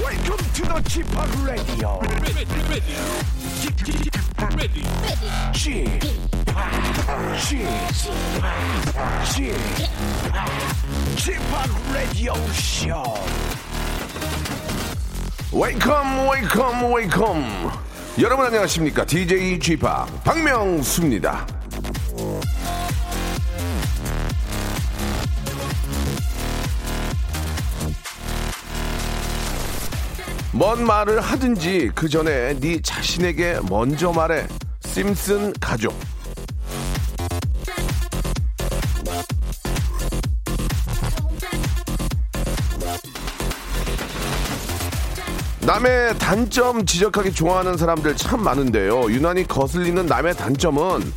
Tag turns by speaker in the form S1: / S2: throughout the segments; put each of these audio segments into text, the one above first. S1: Welcome to the Chip Radio.
S2: ready, ready, ready, ready.
S1: Chip, Chip, Chip, Radio Show.
S3: 웨이컴 웨이컴 웨이컴 여러분 안녕하십니까 DJ g p 박명수입니다 뭔 말을 하든지 그 전에 네 자신에게 먼저 말해 심슨 가족 남의 단점 지적하기 좋아하는 사람들 참 많은데요. 유난히 거슬리는 남의 단점은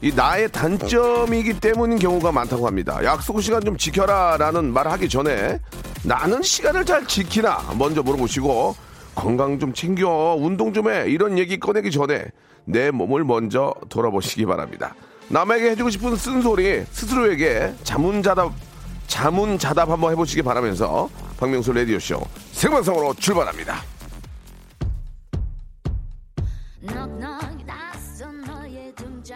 S3: 이 나의 단점이기 때문인 경우가 많다고 합니다. 약속 시간 좀 지켜라라는 말 하기 전에 나는 시간을 잘 지키나 먼저 물어보시고 건강 좀 챙겨 운동 좀 해 이런 얘기 꺼내기 전에 내 몸을 먼저 돌아보시기 바랍니다. 남에게 해주고 싶은 쓴소리 스스로에게 자문자답 자문자답 한번 해보시기 바라면서 박명수 라디오쇼 생방송으로 출발합니다.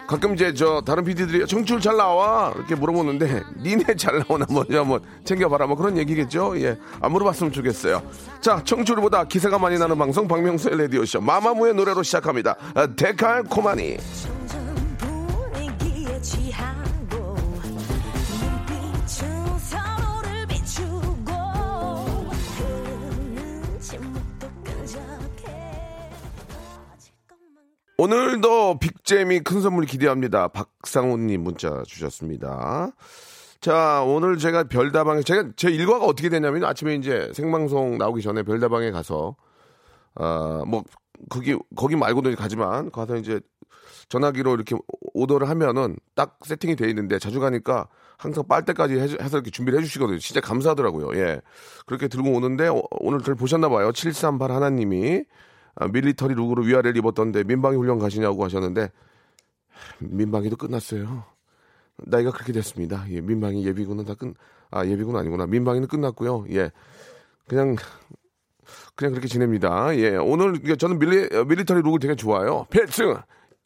S3: 가끔 이제 저 다른 PD들이 청출 잘 나와 이렇게 물어보는데 니네 잘 나오나 먼저 한번 챙겨봐라 뭐 그런 얘기겠죠. 예, 안 물어봤으면 좋겠어요. 자, 청출보다 기세가 많이 나는 방송 박명수의 라디오쇼 마마무의 노래로 시작합니다. 아, 데칼 코마니.
S4: 점점 분위기에 취하고 눈빛은 서로를 비추고 흐르는 침묵도 끈적해 터질 것만
S3: 오늘도 빅잼이 큰 선물 기대합니다. 박상훈님 문자 주셨습니다. 자, 오늘 제가 별다방에, 제가, 제 일과가 어떻게 되냐면 아침에 이제 생방송 나오기 전에 별다방에 가서, 아, 뭐, 거기, 거기 말고도 가지만, 가서 이제 전화기로 이렇게 오더를 하면은 딱 세팅이 돼 있는데 자주 가니까 항상 빨대까지 해- 해서 이렇게 준비를 해주시거든요. 진짜 감사하더라고요. 예. 그렇게 들고 오는데 어, 오늘 들 보셨나봐요. 738 하나님이 아, 밀리터리 룩으로 위아래를 입었던데 민방위 훈련 가시냐고 하셨는데 민방위도 끝났어요. 나이가 그렇게 됐습니다. 예, 민방위 예비군은 다 끝, 아, 예비군 아니구나. 민방위는 끝났고요. 예. 그냥, 그냥 그렇게 지냅니다. 예. 오늘, 이게 저는 밀리, 어, 밀리터리 룩을 되게 좋아해요. 필승!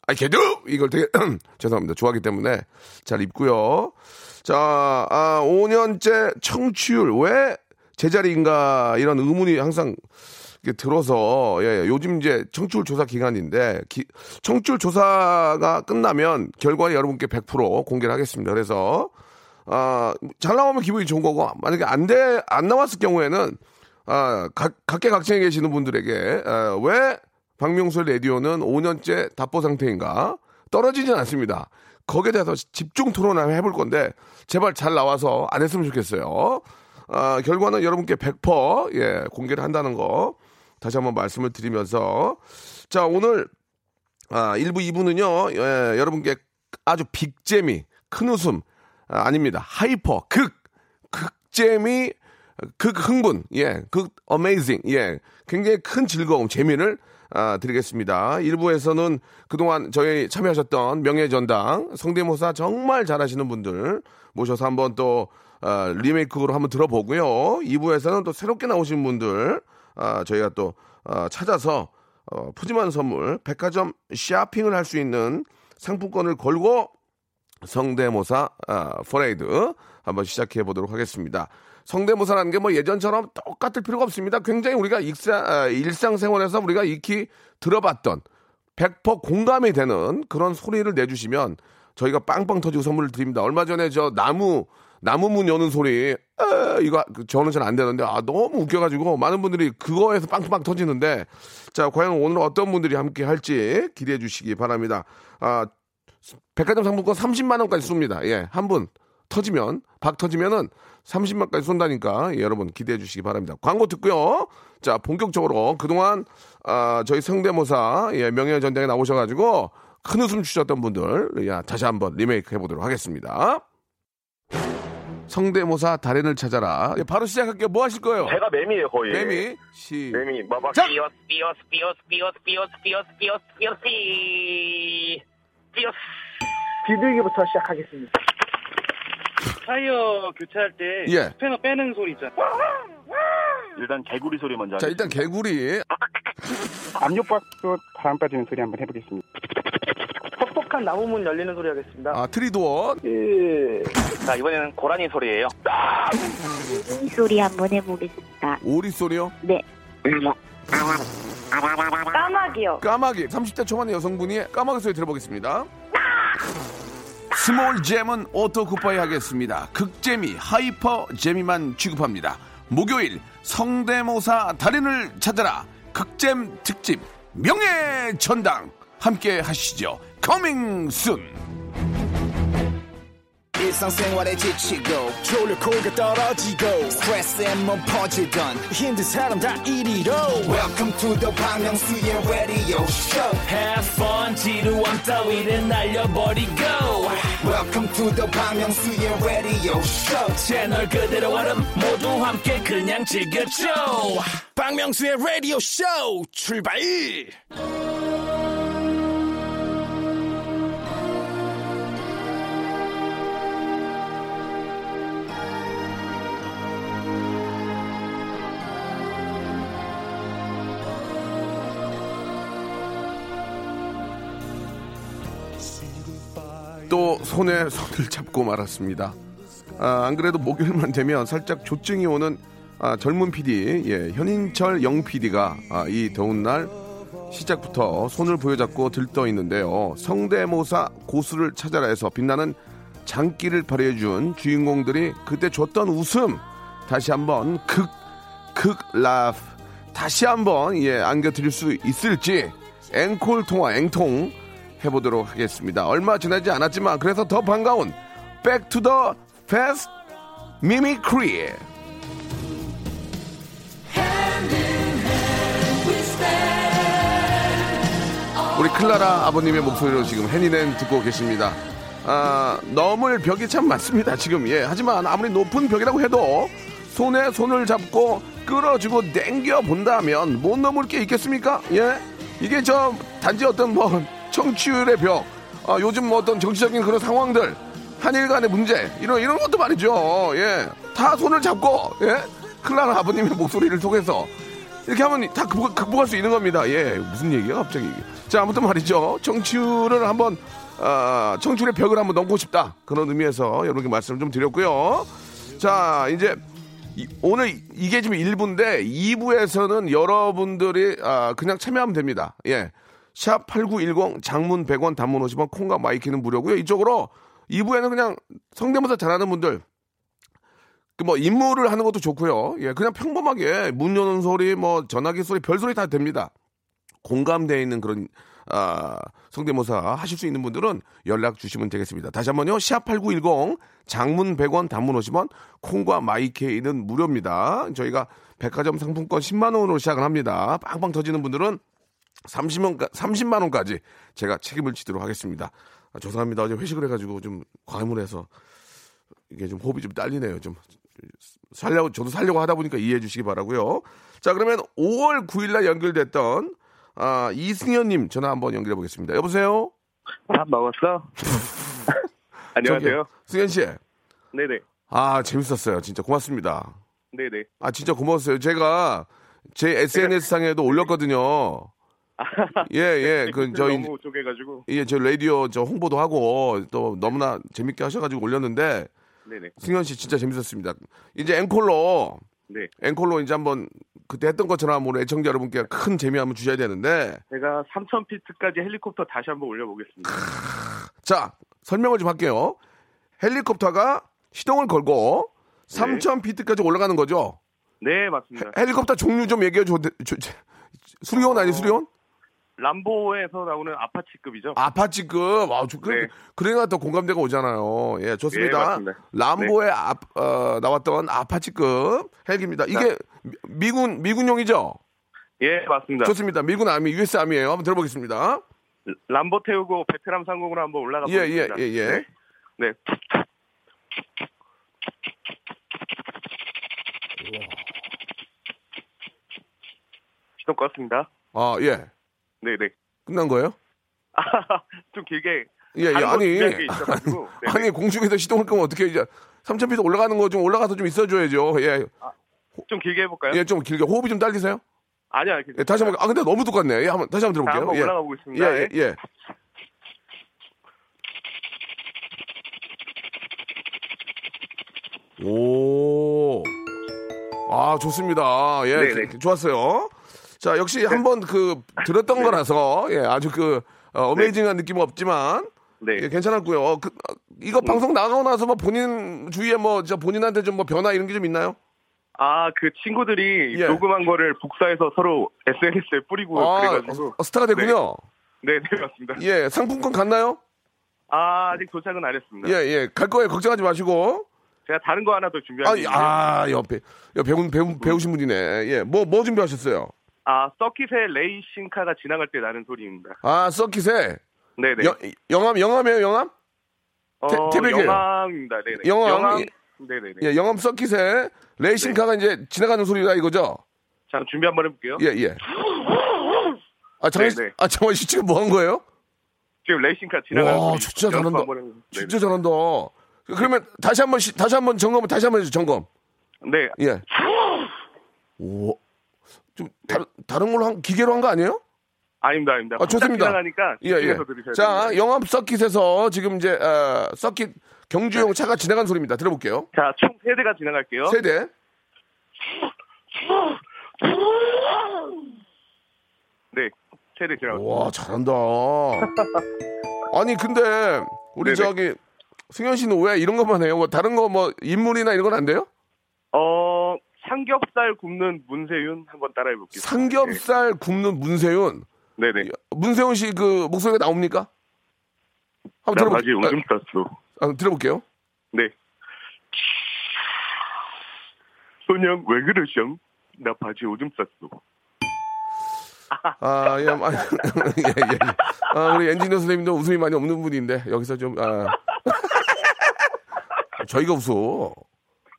S3: 아이, 개두! 이걸 되게, 죄송합니다. 좋아하기 때문에 잘 입고요. 자, 아, 5년째 청취율 왜 제자리인가 이런 의문이 항상 이게 들어서 예, 예. 요즘 이제 청출 조사 기간인데 청출 조사가 끝나면 결과를 여러분께 100% 공개를 하겠습니다. 그래서 아, 잘 나오면 기분이 좋은 거고 만약에 안돼안 나왔을 경우에는 아, 각, 각계각층에 계시는 분들에게 아, 왜 박명수의 라디오는 5년째 답보 상태인가 떨어지진 않습니다. 거기에 대해서 집중 토론을 한번 해볼 건데 제발 잘 나와서 안 했으면 좋겠어요. 아, 결과는 여러분께 100% 예, 공개를 한다는 거 다시 한번 말씀을 드리면서 자 오늘 아, 1부, 2부는요, 예, 여러분께 아주 빅재미, 큰 웃음, 아, 닙니다 하이퍼, 극, 극재미, 극 흥분, 예, 극 어메이징, 예, 굉장히 큰 즐거움, 재미를 아, 드리겠습니다. 1부에서는 그동안 저희 참여하셨던 명예전당, 성대모사 정말 잘하시는 분들 모셔서 한번 또 아, 리메이크로 한번 들어보고요. 2부에서는 또 새롭게 나오신 분들 아, 저희가 또 아, 찾아서 어, 푸짐한 선물, 백화점 쇼핑을 할 수 있는 상품권을 걸고 성대모사 아, 퍼레이드 한번 시작해 보도록 하겠습니다. 성대모사라는 게 뭐 예전처럼 똑같을 필요가 없습니다. 굉장히 우리가 익사- 아, 일상생활에서 우리가 익히 들어봤던 100% 공감이 되는 그런 소리를 내주시면 저희가 빵빵 터지고 선물을 드립니다. 얼마 전에 저 나무 나무 문 여는 소리 에, 이거 그 저는 잘 안 되는데 아 너무 웃겨가지고 많은 분들이 그거에서 빵빵 터지는데 자 과연 오늘 어떤 분들이 함께 할지 기대해 주시기 바랍니다. 아 백화점 상품권 30만 원까지 쏩니다. 예, 한 분 터지면 박 터지면은 30만까지 쏜다니까 예, 여러분 기대해 주시기 바랍니다. 광고 듣고요. 자 본격적으로 그동안 아, 저희 성대모사 예, 명예전당에 나오셔가지고 큰 웃음 주셨던 분들 야, 다시 한번 리메이크 해보도록 하겠습니다. 성대모사 달인을 찾아라. 예, 바로 시작할게요. 뭐 하실 거예요?
S5: 제가 매미예요 거의.
S3: 매미 시
S5: 매미. 마박.
S3: 자!
S5: 삐어스 삐어스 삐어스 삐어스 삐어스 삐어스 삐어스 삐어스 삐. 삐어스.
S6: 비둘기부터 시작하겠습니다.
S7: 타이어 교체할 때
S3: 예.
S7: 스패너 빼는 소리 있잖아. 일단 개구리 소리 먼저.
S3: 자,
S7: 하겠습니다.
S3: 일단 개구리.
S8: 압력밥솥 바람 빠지는 소리 한번 해보겠습니다.
S6: 퍽퍽한 나무문 열리는 소리 하겠습니다.
S3: 아, 트리도어.
S5: 자, 이번에는 고라니 소리예요.
S9: 이 소리 한번 해보겠습니다.
S3: 오리 소리요.
S9: 네.
S10: 까마귀요.
S3: 까마귀. 30대 초반의 여성분이 까마귀 소리 들어보겠습니다. 스몰 잼은 오토쿠파이 하겠습니다. 극재미, 하이퍼 재미만 취급합니다. 목요일 성대모사 달인을 찾아라. 극잼 특집 명예 전당 함께 하시죠. 커밍 순.
S1: 일상생활에 지치고, 졸려 코가 떨어지고, 스트레스에 몸 퍼지던, 힘든 사람 다 이리로. welcome to the Bang Myung-soo's radio show
S2: Have fun 지루한 따위를 날려버리고
S1: welcome to the Bang Myung-soo's radio show
S2: 채널 그대로 얼음 모두 함께 그냥 즐겨줘
S1: 박명수의 라디오 쇼 출발!
S3: 또 손에 손을 잡고 말았습니다. 아, 안 그래도 목요일만 되면 살짝 조증이 오는 아, 젊은 PD, 예, 현인철 영 PD가 아, 이 더운 날 시작부터 손을 부여잡고 들떠 있는데요. 성대모사 고수를 찾아라에서 빛나는 장기를 발휘해준 주인공들이 그때 줬던 웃음 다시 한번 극극 라프 다시 한번 예 안겨드릴 수 있을지 앵콜 통화 앵통 해보도록 하겠습니다. 얼마 지나지 않았지만 그래서 더 반가운 백투더 페스트 미미크리 우리 클라라 아버님의 목소리로 지금 해니넨 듣고 계십니다. 아, 넘을 벽이 참 많습니다, 지금. 예. 하지만 아무리 높은 벽이라고 해도 손에 손을 잡고 끌어주고 당겨 본다면 못 넘을 게 있겠습니까? 예. 이게 저 단지 어떤 뭐 청취율의 벽, 아, 요즘 뭐 어떤 정치적인 그런 상황들, 한일 간의 문제, 이런, 이런 것도 말이죠. 예. 다 손을 잡고, 예. 클라라 아버님의 목소리를 통해서 이렇게 하면 다 극복, 극복할 수 있는 겁니다. 예, 무슨 얘기야 갑자기. 이게. 자, 아무튼 말이죠. 청취율을 한번 아, 청취율의 벽을 한번 넘고 싶다. 그런 의미에서 여러분께 말씀을 좀 드렸고요. 자, 이제 이- 오늘 이게 지금 1부인데 2부에서는 여러분들이 아, 그냥 참여하면 됩니다. 예. 샵 8910 장문 100원 단문 50원 콩과 마이키는 무료고요. 이쪽으로 2부에는 그냥 성대모사 잘하는 분들 그 뭐 임무를 하는 것도 좋고요. 예, 그냥 평범하게 문 여는 소리, 뭐 전화기 소리, 별 소리 다 됩니다. 공감되어 있는 그런 아, 성대모사 하실 수 있는 분들은 연락 주시면 되겠습니다. 다시 한번요. 샵8910 장문 100원 단문 50원 콩과 마이케이는 무료입니다. 저희가 백화점 상품권 10만 원으로 시작을 합니다. 빵빵 터지는 분들은 30만, 30만 원까지 제가 책임을 지도록 하겠습니다. 아, 죄송합니다. 어제 회식을 해가지고 좀 과음을 해서 이게 좀 호흡이 좀 딸리네요. 좀 살려고 저도 살려고 하다 보니까 이해해 주시기 바라고요. 자 그러면 5월 9일날 연결됐던 아, 이승현님 전화 한번 연결해 보겠습니다. 여보세요.
S7: 밥 먹었어? 안녕하세요.
S3: 저기요. 승현 씨.
S7: 네네.
S3: 아 재밌었어요. 진짜 고맙습니다.
S7: 네네.
S3: 아 진짜 고마웠어요. 제가 제 SNS 상에도 올렸거든요. 예 예. 그 저희
S7: 네, 너무 쪼개가지고.
S3: 예, 저 라디오 저 홍보도 하고 또 너무나 재밌게 하셔가지고 올렸는데
S7: 네네.
S3: 승현 씨 진짜 재밌었습니다. 이제 앵콜로
S7: 네.
S3: 앵콜로 이제 한번 그때 했던 것처럼 오늘 애청자 여러분께 큰 재미 한번 주셔야 되는데
S7: 제가 3,000피트까지 헬리콥터 다시 한번 올려보겠습니다.
S3: 자 설명을 좀 할게요. 헬리콥터가 시동을 걸고 3,000피트까지 올라가는 거죠.
S7: 네,
S3: 헬-
S7: 맞습니다.
S3: 헬리콥터 종류 좀 얘기해 줘. 줘- 줘- 수리온 아니
S7: 어.
S3: 수리온?
S7: 람보에서 나오는 아파치급이죠.
S3: 아파치급. 아, 저- 그,
S7: 네.
S3: 그래야 더 공감대가 오잖아요. 예,
S7: 예,
S3: 좋습니다.
S7: 맞습니다. 네.
S3: 람보에 아, 어, 나왔던 아파치급 헬기입니다. 이게 미- 미군 미군용이죠.
S7: 예, 맞습니다.
S3: 좋습니다. 미군 아미 US 아미예요. 한번 들어보겠습니다.
S7: 람보 태우고 베트남 상공으로 한번 올라가
S3: 예, 예,
S7: 보겠습니다.
S3: 예, 예.
S7: 네. 네. 시동 껐습니다.
S3: 아, 예.
S7: 네네.
S3: 끝난 거예요?
S7: 좀 길게.
S3: 예, 예.
S7: 다른 거
S3: 아니.
S7: 준비한 게 있어가지고. 네네.
S3: 아니, 공중에서 시동을 끄면 어떻게 이제 3,000피트 올라가는 거 좀 올라가서 좀 있어줘야죠. 예.
S7: 좀 길게 해볼까요?
S3: 예, 좀 길게 호흡이 좀 딸리세요?
S7: 아니요, 아니요.
S3: 예, 다시 한번 아 근데 너무 똑같네. 예, 한번 다시 한번
S7: 자,
S3: 들어볼게요.
S7: 한번
S3: 예.
S7: 올라가 보겠습니다.
S3: 예, 예, 예. 오. 아, 좋습니다. 예.
S7: 네네.
S3: 기- 좋았어요. 자, 역시 한번 그 들었던
S7: 네.
S3: 거라서 예, 아주 그 어, 어메이징한 느낌은 없지만
S7: 네. 음.
S3: 예, 괜찮았고요. 어, 그, 어, 이거 방송 나가고 나서 뭐 본인 주위에 뭐 진짜 본인한테 좀 뭐 변화 이런 게 좀 있나요?
S7: 아, 그 친구들이
S3: 예.
S7: 녹음한 거를 복사해서 서로 SNS에 뿌리고 그래가지고.
S3: 어, 스타가 됐군요.
S7: 네, 네, 맞습니다.
S3: 예, 상품권 갔나요?
S7: 아, 아직 도착은 안 했습니다.
S3: 예, 예. 갈 거예요. 걱정하지 마시고.
S7: 제가 다른 음. 거 하나 더 준비한
S3: 아,
S7: 게
S3: 이-
S7: 있는데.
S3: 아, 옆에 여 배운 배운 배우신 분이네. 예, 뭐 뭐 준비하셨어요?
S7: 아, 서킷의 레이싱카가 지나갈 때 나는 소리입니다.
S3: 아, 서킷에
S7: 네네. 어,
S3: 여- 영암 영암이에요, 영암? 태- 태백이에요.
S7: 영암입니다. 네네.
S3: 영암. 예.
S7: 네네네. 네.
S3: 예, 영암 서킷에 레이싱카가 이제 지나가는 소리다 이거죠?
S7: 자, 준비 한번 해볼게요.
S3: 예, 예. 아, 장원 씨,
S7: 네, 네.
S3: 아, 장원 씨 지금 뭐 한 거예요?
S7: 지금 레이싱카 지나가는
S3: 와,
S7: 소리
S3: 진짜
S7: 연습
S3: 잘한다.
S7: 한번 네. 해볼게요. 네네.
S3: 진짜 잘한다. 그러면 다시 한번 시- 다시 한번 점검 다시 한번 해주세요. 점검.
S7: 네.
S3: 예. 오. 좀 다른 다른 걸로 한 기계로 한 거 아니에요?
S7: 아닙니다, 아닙니다.
S3: 아, 좋습니다.
S7: 지나가니까
S3: 예, 예.
S7: 집에서 들으셔야
S3: 자,
S7: 됩니다.
S3: 영암 서킷에서 지금 이제 어, 서킷
S7: 네.
S3: 경주용 차가 지나간 소리입니다. 들어볼게요.
S7: 자, 총 세대가 지나갈게요.
S3: 세대.
S7: 네. 세대 지나갈게요.
S3: 와, 잘한다. 아니, 근데 우리
S7: 네네.
S3: 저기 승현 씨는 왜 이런 것만 해요? 뭐 다른 거 뭐 인물이나 이런 건 안 돼요?
S7: 어, 삼겹살 굽는 문세윤 한번 따라해볼게요.
S3: 삼겹살 굽는 문세윤.
S7: 네. 네네.
S3: 문세윤 씨 그 목소리가 나옵니까? 한번
S7: 나
S3: 들어보,
S7: 바지 오줌 쌌어.
S3: 아, 들어볼게요.
S7: 네. 소년 왜 그러셔? 나 바지 오줌 쌌어.
S3: 아, 예, 아, 예, 예. 아, 우리 엔지니어 선생님도 웃음이 많이 없는 분인데, 여기서 좀, 아. 저희가 웃어.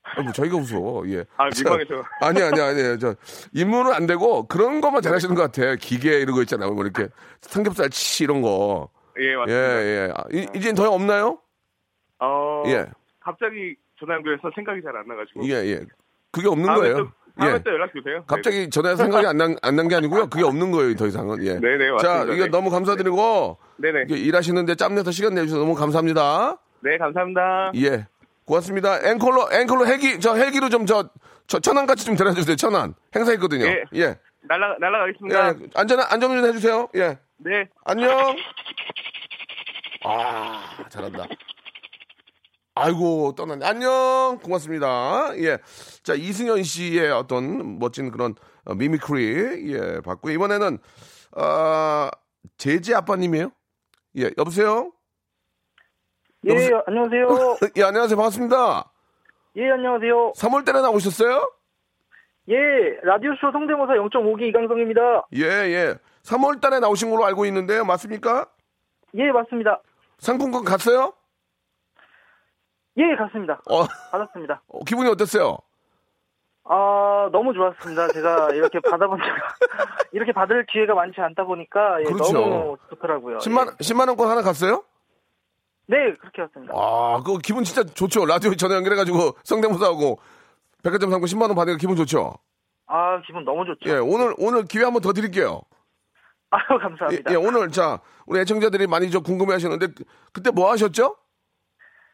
S3: 아, 뭐 저희가 웃어, 예.
S7: 아, 민망해서.
S3: 자, 아니, 아니, 아니. 저, 인물은 안 되고, 그런 것만 잘하시는 것 같아. 기계 이런 거 있잖아요. 뭐 이렇게 삼겹살 치 이런 거.
S7: 예,
S3: 예,
S7: 맞습니다.
S3: 예. 아, 이, 이젠 더 없나요?
S7: 어,
S3: 예,
S7: 갑자기 전화 연결해서 생각이 잘 안 나가지고.
S3: 예, 예. 그게 없는
S7: 다음에
S3: 거예요.
S7: 또, 다음에
S3: 예.
S7: 또 연락 주세요.
S3: 갑자기 전화 생각이 안 난 게 아니고요. 그게 없는 거예요, 더 이상은. 예.
S7: 네, 네,
S3: 자,
S7: 맞습니다.
S3: 이거
S7: 네.
S3: 너무 감사드리고,
S7: 네네.
S3: 이게 일하시는데 짬내서 시간 내주셔서 너무 감사합니다.
S7: 네, 감사합니다.
S3: 예. 고맙습니다. 앵콜로, 앵콜로 헬기, 저 헬기로 좀 저, 저 천안 같이 좀 데려주세요. 천안. 행사했거든요.
S7: 예.
S3: 예.
S7: 날라,
S3: 예.
S7: 날라가겠습니다.
S3: 안전, 안전운전 해주세요. 예.
S7: 네.
S3: 안녕. 아, 잘한다. 아이고, 떠났네. 안녕. 고맙습니다. 예. 자, 이승현 씨의 어떤 멋진 그런 어, 미미크리, 예, 봤고요. 이번에는, 아, 제지 아빠님이에요? 예, 여보세요?
S6: 예, 안녕하세요.
S3: 예, 안녕하세요. 반갑습니다.
S6: 예, 안녕하세요.
S3: 3월 달에 나오셨어요?
S6: 예, 라디오쇼 성대모사 0.5기 이강성입니다.
S3: 예, 예. 3월 달에 나오신 걸로 알고 있는데요. 맞습니까?
S6: 예, 맞습니다.
S3: 상품권 갔어요?
S6: 예, 갔습니다.
S3: 어,
S6: 받았습니다.
S3: 어, 기분이 어땠어요?
S6: 아, 너무 좋았습니다. 제가 이렇게 받아본 적- 이렇게 받을 기회가 많지 않다 보니까 예,
S3: 그렇죠.
S6: 너무 좋더라고요. 예.
S3: 10만, 10만원권 하나 갔어요?
S6: 네, 그렇게 왔습니다.
S3: 아, 그거 기분 진짜 좋죠. 라디오 전화 연결해가지고 성대모사하고 백화점 상품 10만원 받으니까 기분 좋죠.
S6: 아, 기분 너무 좋죠.
S3: 예, 오늘, 오늘 기회 한번 더 드릴게요.
S6: 아유,
S3: 예,
S6: 감사합니다.
S3: 예, 오늘 자, 우리 애청자들이 많이 좀 궁금해 하시는데, 그- 그때 뭐 하셨죠?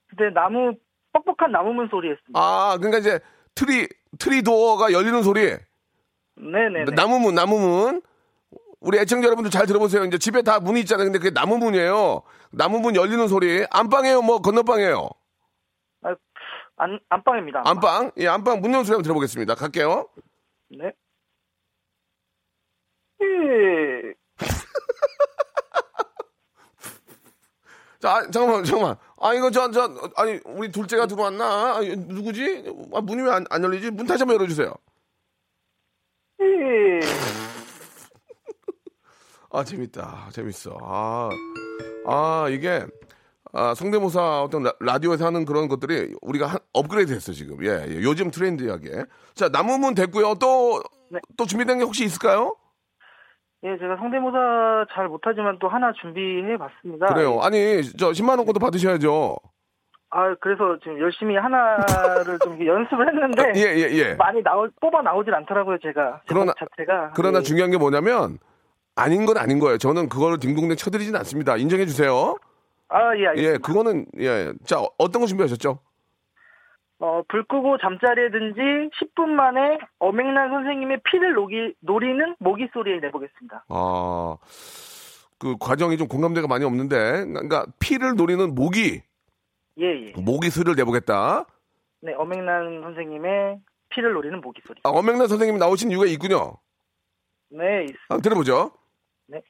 S6: 근데 나무, 뻑뻑한 나무문 소리 했습니다.
S3: 아, 그러니까 이제 트리, 트리 도어가 열리는 소리.
S6: 네, 네네네.
S3: 나무문, 나무문. 우리 애청자 여러분들 잘 들어보세요. 이제 집에 다 문이 있잖아요. 근데 그게 나무문이에요. 나무문 열리는 소리. 안방이에요? 뭐 건너방이에요?
S6: 아, 안, 안방입니다. 안방.
S3: 안방? 예, 안방 문 여는 소리 한번 들어보겠습니다. 갈게요.
S6: 네. 예.
S3: 자, 아, 잠깐만, 잠깐만. 아, 이거 저, 저, 아니, 우리 둘째가 들어왔나? 아, 누구지? 아, 문이 왜 안 열리지? 문 다시 한번 열어주세요.
S6: 예.
S3: 아, 재밌다. 재밌어. 아, 아, 이게, 아, 성대모사 어떤 라, 디오에서 하는 그런 것들이 우리가 한- 업그레이드 됐어, 지금. 예, 예, 요즘 트렌디하게. 자, 나무문 됐고요. 또,
S6: 네.
S3: 또 준비된 게 혹시 있을까요?
S6: 예, 제가 성대모사 잘 못하지만 또 하나 준비해 봤습니다.
S3: 그래요. 아니, 저 10만원 것도 받으셔야죠.
S6: 아, 그래서 지금 열심히 하나를 좀 연습을 했는데
S3: 예, 예, 예.
S6: 많이 나올 뽑아 나오질 않더라고요, 제가.
S3: 그러나-
S6: 제목 자체가.
S3: 그러나
S6: 예.
S3: 중요한 게 뭐냐면 아닌 건 아닌 거예요. 저는 그걸 딩동댕 쳐드리진 않습니다. 인정해 주세요.
S6: 아, 예, 알겠습니다.
S3: 예, 그거는 예. 자, 어떤 거 준비하셨죠?
S6: 어, 불 끄고 잠자리에 든지 10분 만에 어맹난 선생님의 피를 녹이, 노리는 모기 소리에 내보겠습니다.
S3: 아. 그 과정이 좀 공감대가 많이 없는데 그러니까 피를 노리는 모기
S6: 예, 예.
S3: 모기 소리를 내보겠다.
S6: 네, 어맹난 선생님의 피를 노리는 모기 소리.
S3: 아, 엄명란 선생님 이 나오신 이유가 있군요.
S6: 네, 있-
S3: 한번 들어보죠.
S6: 네.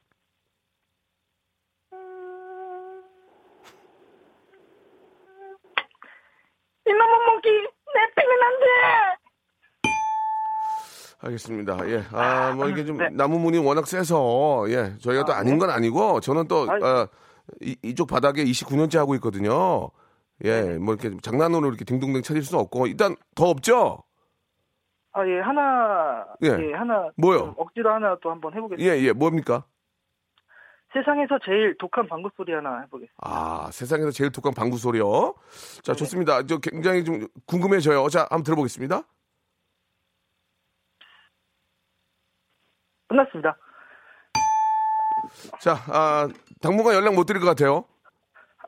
S6: 이놈의 모기! 내 피는 안 돼!
S3: 알겠습니다. 예. 아, 뭐 이게 좀
S6: 네.
S3: 나무 문이 워낙 세서 예. 저희가 또 아닌 건 아니고 저는 또
S6: 아이.
S3: 아, 이, 이쪽 바닥에 29년째 하고 있거든요. 예.
S6: 네.
S3: 뭐 이렇게 좀 장난으로 이렇게 딩동댕 쳐질 수는 없고 일단 더 없죠?
S6: 아, 예, 하나.
S3: 예.
S6: 예, 하나.
S3: 뭐요?
S6: 좀 억지로 하나 또 한번 해보겠습니다.
S3: 예, 예. 뭡니까?
S6: 세상에서 제일 독한 방구 소리 하나 해보겠습니다.
S3: 아, 세상에서 제일 독한 방구 소리요.
S6: 네.
S3: 자, 좋습니다. 저 굉장히 좀 궁금해져요. 자, 한번 들어보겠습니다.
S6: 끝났습니다.
S3: 자, 아, 당분간 연락 못 드릴 것 같아요.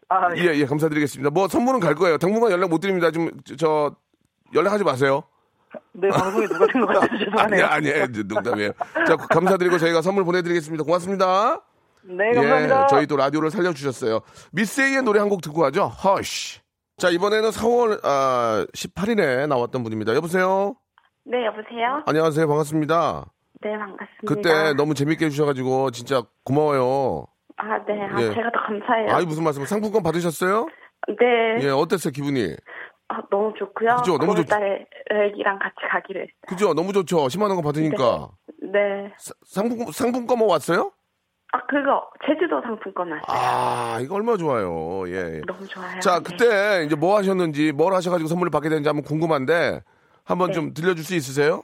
S6: 아, 예.
S3: 예, 예, 감사드리겠습니다. 뭐 선물은 갈 거예요. 당분간 연락 못 드립니다. 좀 저 연락하지 마세요.
S6: 네, 방송에 누가 된 것 같아서
S3: 아니,
S6: 죄송하네요.
S3: 예, 아니, 농담이에요. 자, 감사드리고 저희가 선물 보내드리겠습니다. 고맙습니다.
S6: 네, 감사합니다.
S3: 예, 저희 또 라디오를 살려주셨어요. 미세이의 노래 한 곡 듣고 가죠. 허쉬. 자, 이번에는 4월 아, 18일에 나왔던 분입니다. 여보세요.
S9: 네, 여보세요?
S3: 안녕하세요. 반갑습니다.
S9: 네, 반갑습니다.
S3: 그때 너무 재밌게 해주셔가지고 진짜 고마워요.
S9: 아, 네. 아,
S3: 예.
S9: 제가 더 감사해요.
S3: 아이 무슨 말씀? 상품권 받으셨어요?
S9: 네.
S3: 예, 어땠어요 기분이?
S9: 아, 너무 좋고요.
S3: 그죠, 너무 좋-
S9: 9월달에 애기랑 같이 가기로 했어요.
S3: 그죠? 너무 좋죠. 10만 원 받으니까
S9: 네.
S3: 사- 상품 상품권 뭐 왔어요?
S9: 아, 그거 제주도 상품권 왔어요.
S3: 아, 이거 얼마 나 좋아요. 예. 예.
S9: 너무 좋아요.
S3: 자,
S9: 네.
S3: 그때 이제 뭐 하셨는지, 뭘 하셔가지고 선물을 받게 되는지 한번 궁금한데, 한번
S9: 네.
S3: 좀 들려줄 수 있으세요?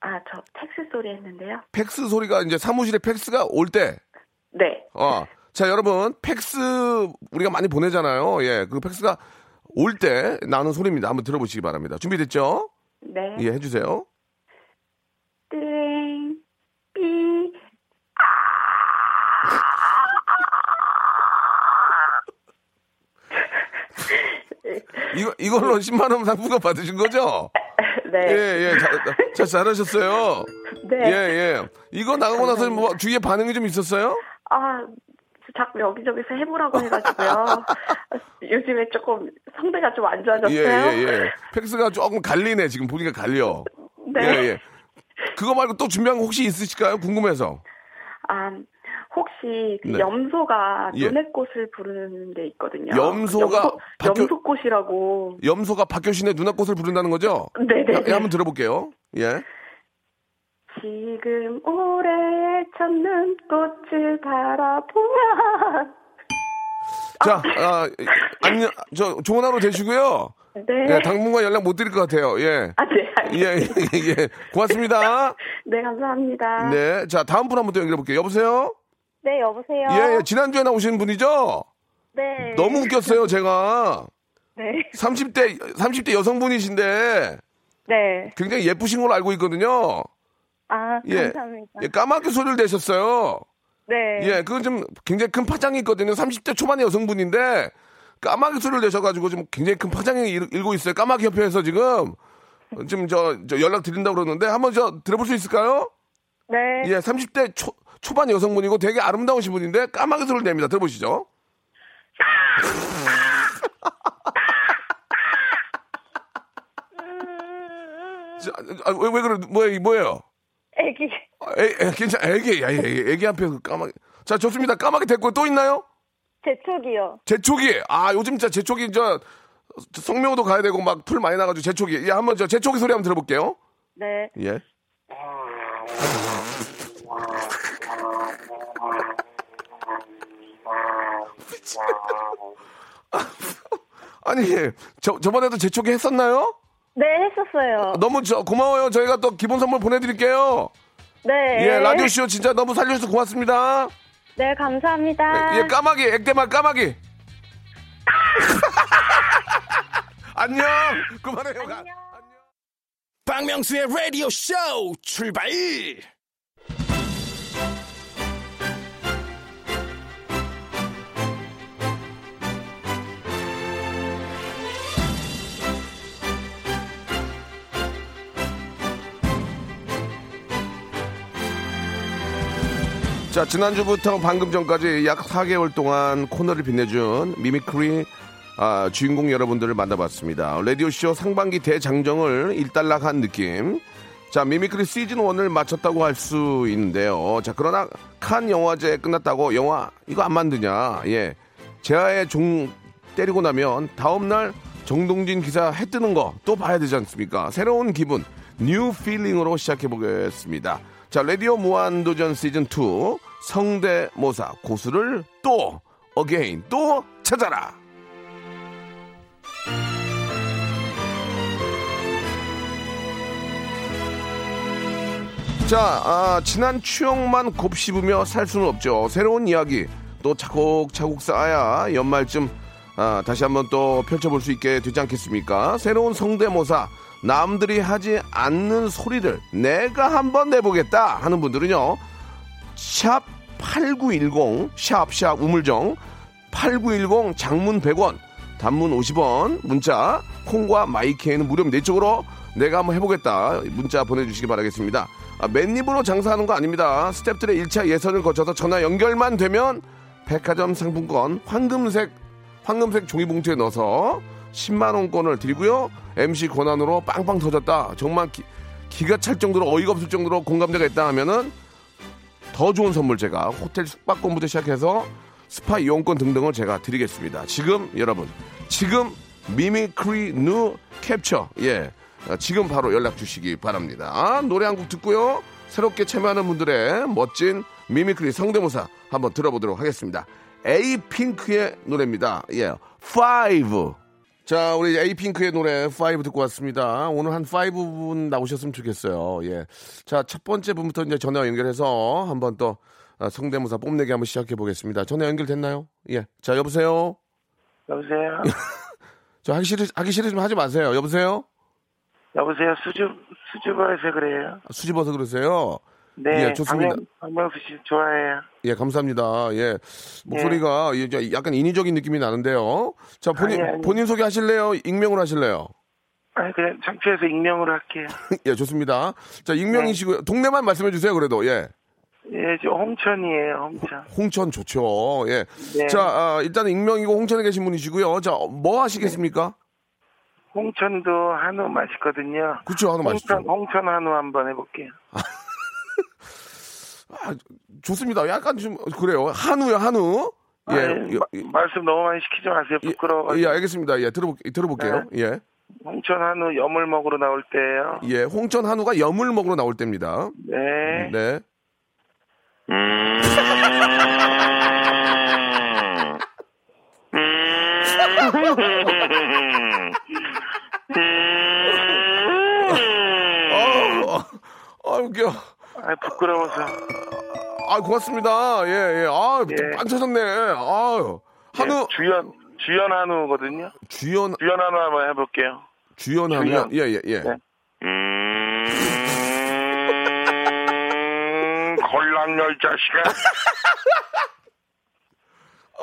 S9: 아, 저 택시 소리 했는데요.
S3: 팩스 소리가 이제 사무실에 팩스가 올 때,
S9: 네.
S3: 어. 자, 여러분, 팩스 우리가 많이 보내잖아요. 예, 그 팩스가 올 때 나는 소리입니다. 한번 들어보시기 바랍니다. 준비됐죠?
S9: 네.
S3: 예, 해주세요.
S9: 띵. 삐.
S3: 이거, 이걸로 10만원 상품권 받으신 거죠?
S9: 네.
S3: 예, 예. 자, 자, 잘하셨어요.
S9: 네.
S3: 예, 예. 이거 나가고 나서 뭐 주위에 반응이 좀 있었어요?
S9: 아, 자꾸 여기저기서 해보라고 해가지고요. 요즘에 조금 성대가 좀 안 좋아졌어요.
S3: 예, 예, 예. 팩스가 조금 갈리네, 지금 보니까 갈려.
S9: 네.
S3: 예, 예. 그거 말고 또 준비한 거 혹시 있으실까요? 궁금해서.
S9: 아, 혹시 그
S3: 네.
S9: 염소가
S3: 예.
S9: 눈의꽃을 부르는 게 있거든요.
S3: 염소가 박효-
S9: 염소, 꽃이라고
S3: 염소가 박효신의 누나꽃을 부른다는 거죠?
S9: 네네.
S3: 예, 한번 들어볼게요. 예.
S9: 지금 올해 찾는 꽃을 바라보면
S3: 자, 아, 안녕, 저, 좋은 하루 되시고요.
S9: 네.
S3: 예, 당분간 연락 못 드릴 것 같아요. 예.
S9: 아, 네.
S3: 예,
S9: 알겠-
S3: 예, 예. 고맙습니다.
S9: 네, 감사합니다.
S3: 네. 자, 다음 분 한번 또 연결해 볼게요. 여보세요?
S9: 네, 여보세요.
S3: 예, 예. 지난주에 나오신 분이죠?
S9: 네.
S3: 너무 웃겼어요, 제가.
S9: 네.
S3: 30대, 30대 여성분이신데
S9: 네.
S3: 굉장히 예쁘신 걸로 알고 있거든요.
S9: 아,
S3: 예.
S9: 감사합니다.
S3: 예, 까맣게 소리를 내셨어요.
S9: 네.
S3: 예, 그건 좀 굉장히 큰 파장이 있거든요. 30대 초반의 여성분인데 까마귀 소리를 내셔가지고 좀 굉장히 큰 파장이 일- 일고 있어요. 까마귀 협회에서 지금 지금 저, 저 연락 드린다고 그러는데 한번 저 들어볼 수 있을까요?
S9: 네.
S3: 예, 30대 초, 초반 여성분이고 되게 아름다우신 분인데 까마귀 소리를 냅니다. 들어보시죠. 자, 아, 왜, 왜 그래? 뭐야, 뭐예요?
S9: 애기.
S3: 아, 애, 애, 괜찮아. 애기, 야, 애기, 애기 앞에 그 까마귀. 자, 좋습니다. 까마귀 됐고 또 있나요?
S9: 제촉이요.
S3: 제초기. 아, 요즘 진짜 제초기 저 성명도 가야 되고 막 풀 많이 나가지고 제초기. 예, 한번 저 제초기 소리 한번 들어볼게요.
S9: 네.
S3: 예. 아니, 예. 저 저번에도 제초기 했었나요?
S9: 네, 했었어요.
S3: 너무 저 고마워요. 저희가 또 기본 선물 보내드릴게요.
S9: 네.
S3: 예, 라디오 쇼 진짜 너무 살려주셔서 고맙습니다. 아.
S9: 네, 감사합니다.
S3: 예, 까마귀, 액대만 까마귀. 안녕. 그만해요. 안녕.
S2: 박명수의 라디오 쇼 출발!
S3: 자 지난주부터 방금 전까지 약 4개월 동안 코너를 빛내준 미미크리 아, 주인공 여러분들을 만나봤습니다. 라디오쇼 상반기 대장정을 일단락한 느낌. 자 미미크리 시즌 1을 마쳤다고 할 수 있는데요. 자 그러나 칸 영화제 끝났다고 영화 이거 안 만드냐? 예. 제아의 종 때리고 나면 다음날 정동진 기사 해 뜨는 거 또 봐야 되지 않습니까? 새로운 기분, 뉴 필링으로 시작해 보겠습니다. 자, 라디오 무한도전 시즌 2 성대모사 고수를 또 어게인 또 찾아라. 자, 아, 지난 추억만 곱씹으며 살 수는 없죠. 새로운 이야기 또 차곡차곡 쌓아야 연말쯤 아, 다시 한번 또 펼쳐볼 수 있게 되지 않겠습니까? 새로운 성대모사 남들이 하지 않는 소리를 내가 한번 내보겠다 하는 분들은요. 샵 8910, 샵샵 우물정, 8910 장문 100원, 단문 50원, 문자, 콩과 마이케에는 무료입니다. 이쪽으로 내가 한번 해보겠다. 문자 보내주시기 바라겠습니다. 아, 맨입으로 장사하는 거 아닙니다. 스탭들의 1차 예선을 거쳐서 전화 연결만 되면 백화점 상품권 황금색, 황금색 종이봉투에 넣어서 10만원권을 드리고요. MC 권한으로 빵빵 터졌다. 정말 기, 기가 찰 정도로 어이가 없을 정도로 공감대가 있다 하면은 더 좋은 선물 제가 호텔 숙박권부터 시작해서 스파 이용권 등등을 제가 드리겠습니다. 지금 여러분 지금 미미크리 누 캡처 예 어, 지금 바로 연락 주시기 바랍니다. 아, 노래 한 곡 듣고요 새롭게 참여하는 분들의 멋진 미미크리 성대모사 한번 들어보도록 하겠습니다. 에이핑크의 노래입니다. 예, Five. 자, 우리 에이핑크의 노래 5 듣고 왔습니다. 오늘 한 5분 나오셨으면 좋겠어요. 예. 자, 첫 번째 분부터 이제 전화 연결해서 한번 또 아, 성대모사 뽐내기 한번 시작해 보겠습니다. 전화 연결됐나요? 예. 자, 여보세요?
S6: 여보세요.
S3: 저 하기 싫으, 하기 싫으시면 하지 마세요. 여보세요?
S6: 여보세요. 수줍 수줍어서 그래요.
S3: 아, 수집어서 그러세요?
S6: 네.
S3: 예, 좋습니다. 박명-
S6: 박명수 씨 좋아해요.
S3: 예, 감사합니다. 예. 목소리가 예, 저 약간 인위적인 느낌이 나는데요. 자, 본인,
S6: 네. 아니, 아니.
S3: 본인 소개 하실래요? 익명으로 하실래요?
S6: 아 그냥 창피해서 익명으로 할게요.
S3: 예, 좋습니다. 자, 익명이시고요. 동네만 말씀해 주세요, 그래도. 예.
S6: 예, 저 홍천이에요. 홍천.
S3: 홍천 좋죠. 예.
S6: 네.
S3: 자, 아, 일단 익명이고 홍천에 계신 분이시고요. 자, 어, 뭐 하시겠습니까?
S6: 홍천도 한우 맛있거든요.
S3: 그렇죠. 한우 맛있죠.
S6: 홍천 홍천 한우 한번 해볼게요.
S3: 아, 좋습니다. 약간 좀 그래요. 한우요, 한우. 예.
S6: 아니, 마-
S3: 예,
S6: 말씀 너무 많이 시키지 마세요. 부끄러워.
S3: 예, 예, 알겠습니다. 예, 들어볼 들어볼게요.
S6: 네.
S3: 예.
S6: 홍천 한우 염을 먹으러 나올 때예요.
S3: 예, 홍천 한우가 염을 먹으러 나올 때입니다.
S6: 네.
S3: 네. 네. 어, 아, 웃겨.
S6: 아 부끄러워서.
S3: 아, 고맙습니다. 예, 예. 아,
S6: 예.
S3: 안 찾았네. 아, 한우
S6: 예, 주연 주연 한우거든요.
S3: 주연
S6: 주연 한우 한번 해볼게요.
S3: 주연 한우.
S6: 주연.
S3: 예, 예, 예.
S6: 네. 음, 곤란열 자식아.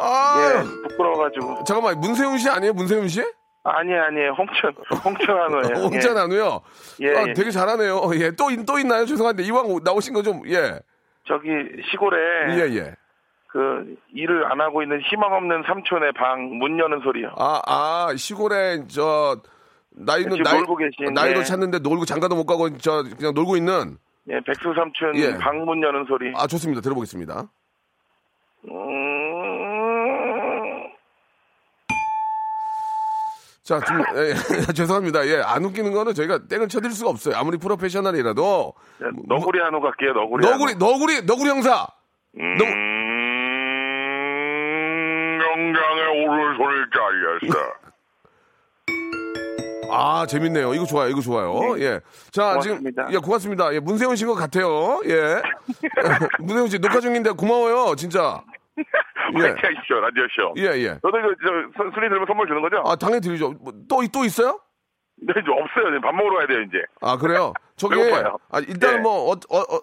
S3: 아,
S6: 예, 부끄러워가지고.
S3: 잠깐만. 문세윤 씨 아니에요? 문세윤 씨? 어,
S6: 아니 아니 홍천 홍천 한우예요.
S3: 홍천 한우요.
S6: 예,
S3: 아,
S6: 예.
S3: 되게 잘하네요. 예, 또, 있- 또 있나요? 죄송한데, 이왕 나오신 거 좀, 예.
S6: 저기 시골에
S3: 예, 예.
S6: 그 일을 안 하고 있는 희망 없는 삼촌의 방 문 여는 소리요.
S3: 아, 아, 시골에, 저, 나이는,
S6: 지금
S3: 나이,
S6: 놀고 계신,
S3: 나이도
S6: 예.
S3: 찾는데 놀고, 장가도 못 가고, 저, 그냥 놀고 있는.
S6: 예, 백수 삼촌
S3: 예.
S6: 방 문 여는 소리.
S3: 아, 좋습니다. 들어보겠습니다.
S6: 음,
S3: 자, 좀, 예, 예, 죄송합니다. 예, 안 웃기는 거는 저희가 땡을 쳐드릴 수가 없어요. 아무리 프로페셔널이라도.
S6: 예, 너구리 한우 갈게요. 너구리.
S3: 뭐, 너구리,
S6: 한우.
S3: 너구리, 너구리 형사! 너구-
S6: 음, 영장에 오른 소리
S3: 예.
S6: 잘렸어.
S3: 아, 재밌네요. 이거 좋아요. 이거 좋아요. 예. 자,
S6: 고맙습니다.
S3: 지금. 예, 고맙습니다. 예, 문세훈 씨인 것 같아요. 예. 문세훈 씨 녹화 중인데 고마워요. 진짜. 예.
S7: 파이팅하십시오 라디오쇼.
S3: 예, 예.
S7: 저도 이거 저 선- 순위 들으면 선물 주는 거죠?
S3: 아, 당연히 들리죠. 뭐, 또, 이- 또 있어요?
S7: 근데 이제 없어요. 이제 밥 먹으러 가야 돼요 이제.
S3: 아, 그래요? 저기,
S7: 배고파요.
S3: 아, 일단
S7: 예.
S3: 뭐, 어, 어, 어,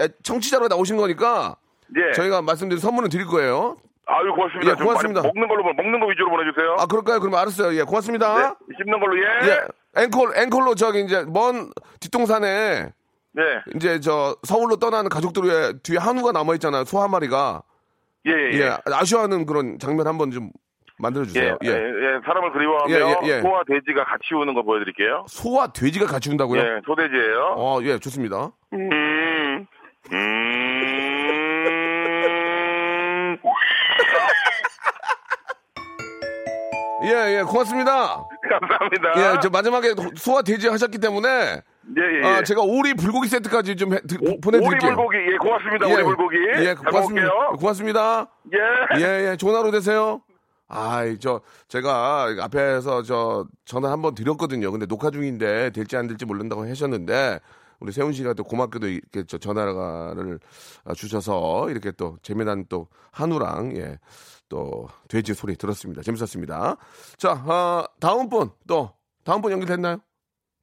S3: 에, 청취자로 나오신 거니까
S7: 예.
S3: 저희가 말씀드린 선물은 드릴 거예요.
S7: 아유 고맙습니다.
S3: 예,
S7: 좀 많이
S3: 고맙습니다.
S7: 먹는 걸로 보내- 먹는 거 위주로 보내주세요.
S3: 아, 그럴까요? 그럼 알았어요. 예, 고맙습니다.
S7: 네. 씹는 걸로 예.
S3: 예. 앵콜, 앵콜로 저기 이제 먼 뒷동산에
S7: 네.
S3: 이제 저 서울로 떠나는 가족들 위에 뒤에 한우가 남아있잖아요. 소 한 마리가.
S7: 예. 예.
S3: 예. 아쉬워하는 그런 장면 한번 좀 만들어주세요.
S7: 예,
S3: 예.
S7: 예, 예, 사람을 그리워하며
S3: 예, 예, 예.
S7: 소와 돼지가 같이 우는 거 보여드릴게요.
S3: 소와 돼지가 같이 운다고요?
S7: 예, 소돼지예요.
S3: 어, 예, 좋습니다.
S7: 음. 음.
S3: 예, 예, 고맙습니다.
S7: 감사합니다.
S3: 예, 저 마지막에 소와 돼지 하셨기 때문에
S7: 예, 예.
S3: 아, 제가 오리 불고기 세트까지 좀 해- 드- 보내드릴게요.
S7: 오리 불고기, 예, 고맙습니다. 오리 불고기.
S3: 예,
S7: 잘
S3: 고맙습니다.
S7: 먹을게요.
S3: 고맙습니다.
S7: 예.
S3: 예, 예, 좋은 하루 되세요. 아이, 저, 제가 앞에서 저 전화 한번 드렸거든요. 근데 녹화 중인데 될지 안 될지 모른다고 하셨는데 우리 세훈 씨가 또 고맙게도 이렇게 저 전화를 아, 주셔서 이렇게 또 재미난 또 한우랑 예, 또 돼지 소리 들었습니다. 재밌었습니다. 자, 아, 다음 분 또, 다음 분 연결됐나요?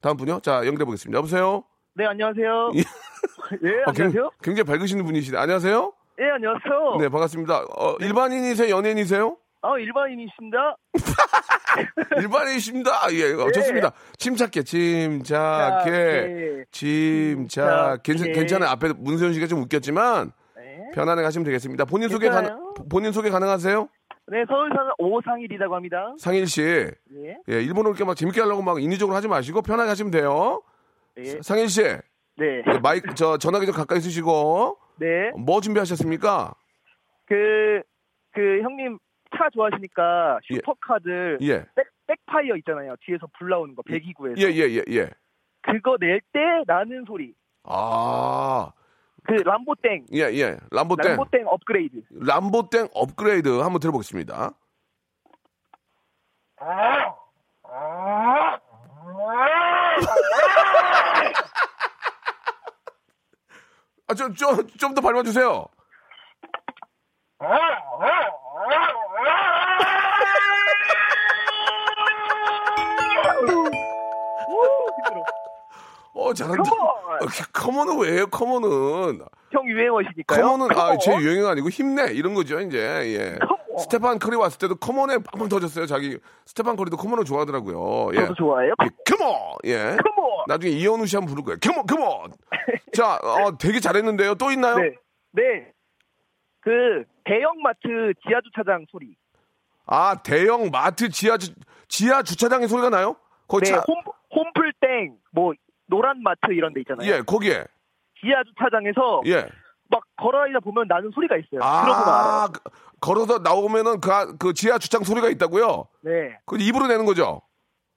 S3: 다음 분요? 자, 연결해 보겠습니다. 여보세요?
S6: 네, 안녕하세요.
S3: 예.
S6: 예,
S3: 어, 굉장히, 굉장히 밝으신 분이시네. 안녕하세요?
S6: 예, 안녕하세요.
S3: 네, 반갑습니다. 어, 일반인이세요? 연예인이세요?
S6: 아, 일반인이십니다.
S3: 일반인이십니다. 예, 어,
S6: 예.
S3: 좋습니다. 침착해, 아,
S6: 아,
S3: 예. 침착해,
S6: 예.
S3: 침착.
S6: 침착해.
S3: 괜찮, 괜찮아요. 앞에 문세윤 씨가 좀 웃겼지만
S6: 네.
S3: 편안하게 하시면 되겠습니다. 본인 소개
S6: 괜찮아요.
S9: 네.
S3: 가능, 본인 소개 가능하세요?
S6: 네, 서울 사는 오상일이라고 합니다.
S3: 상일 씨, 예,
S6: 예.
S3: 일본어 이렇게 막 재밌게 하려고 막 인위적으로 하지 마시고 편하게 하시면 돼요.
S6: 예.
S3: 상일 씨,
S6: 네.
S3: 예, 마이크 저 전화기 좀 가까이 쓰시고
S6: 네.
S3: 뭐 준비하셨습니까?
S6: 그, 그 형님 차 좋아하시니까
S3: 예.
S6: 슈퍼카들
S3: 예,
S6: 백, 백파이어 있잖아요. 뒤에서 불 나오는 거 129에서
S3: 예, 예, 예, 예.
S6: 그거 낼 때 예, 나는 소리.
S3: 아,
S6: 그 람보땡.
S3: 예, 예. 람보땡,
S6: 람보땡 업그레이드.
S3: 람보땡 업그레이드 한번 들어보겠습니다. 아, 좀, 좀, 좀 더 밟아주세요. 어, 잘한다. 커먼은 왜요, 커먼은?
S6: 형 유행어시니까요.
S3: 커먼은, 아, 제 유행어가 아니고 힘내, 이런 거죠, 이제. 예. 스테판 커리 왔을 때도 커먼에 빵빵 터졌어요. 자기 스테판 커리도 커먼을 좋아하더라고요. 예.
S6: 저도 좋아해요.
S3: 커먼! 예.
S6: 컴온.
S3: 나중에 이현우 씨 한번 부를 거예요. 컴온, 컴온! 자, 어, 되게 잘했는데요. 또 있나요?
S6: 네. 네. 그 대형마트 지하 주차장 소리.
S3: 아, 대형 마트 지하, 주, 지하 주차장에 소리가 나요? 거기
S6: 네.
S3: 차,
S6: 홈 홈플땡 뭐 노란 마트 이런 데 있잖아요.
S3: 예, 거기에.
S6: 지하 주차장에서
S3: 예.
S6: 막 걸어다니다 보면 나는 소리가 있어요. 들어보면 알아요.
S3: 아, 그- 걸어서 나오면은 그, 아- 그 지하 주차장 소리가 있다고요?
S6: 네.
S3: 그 입으로 내는 거죠?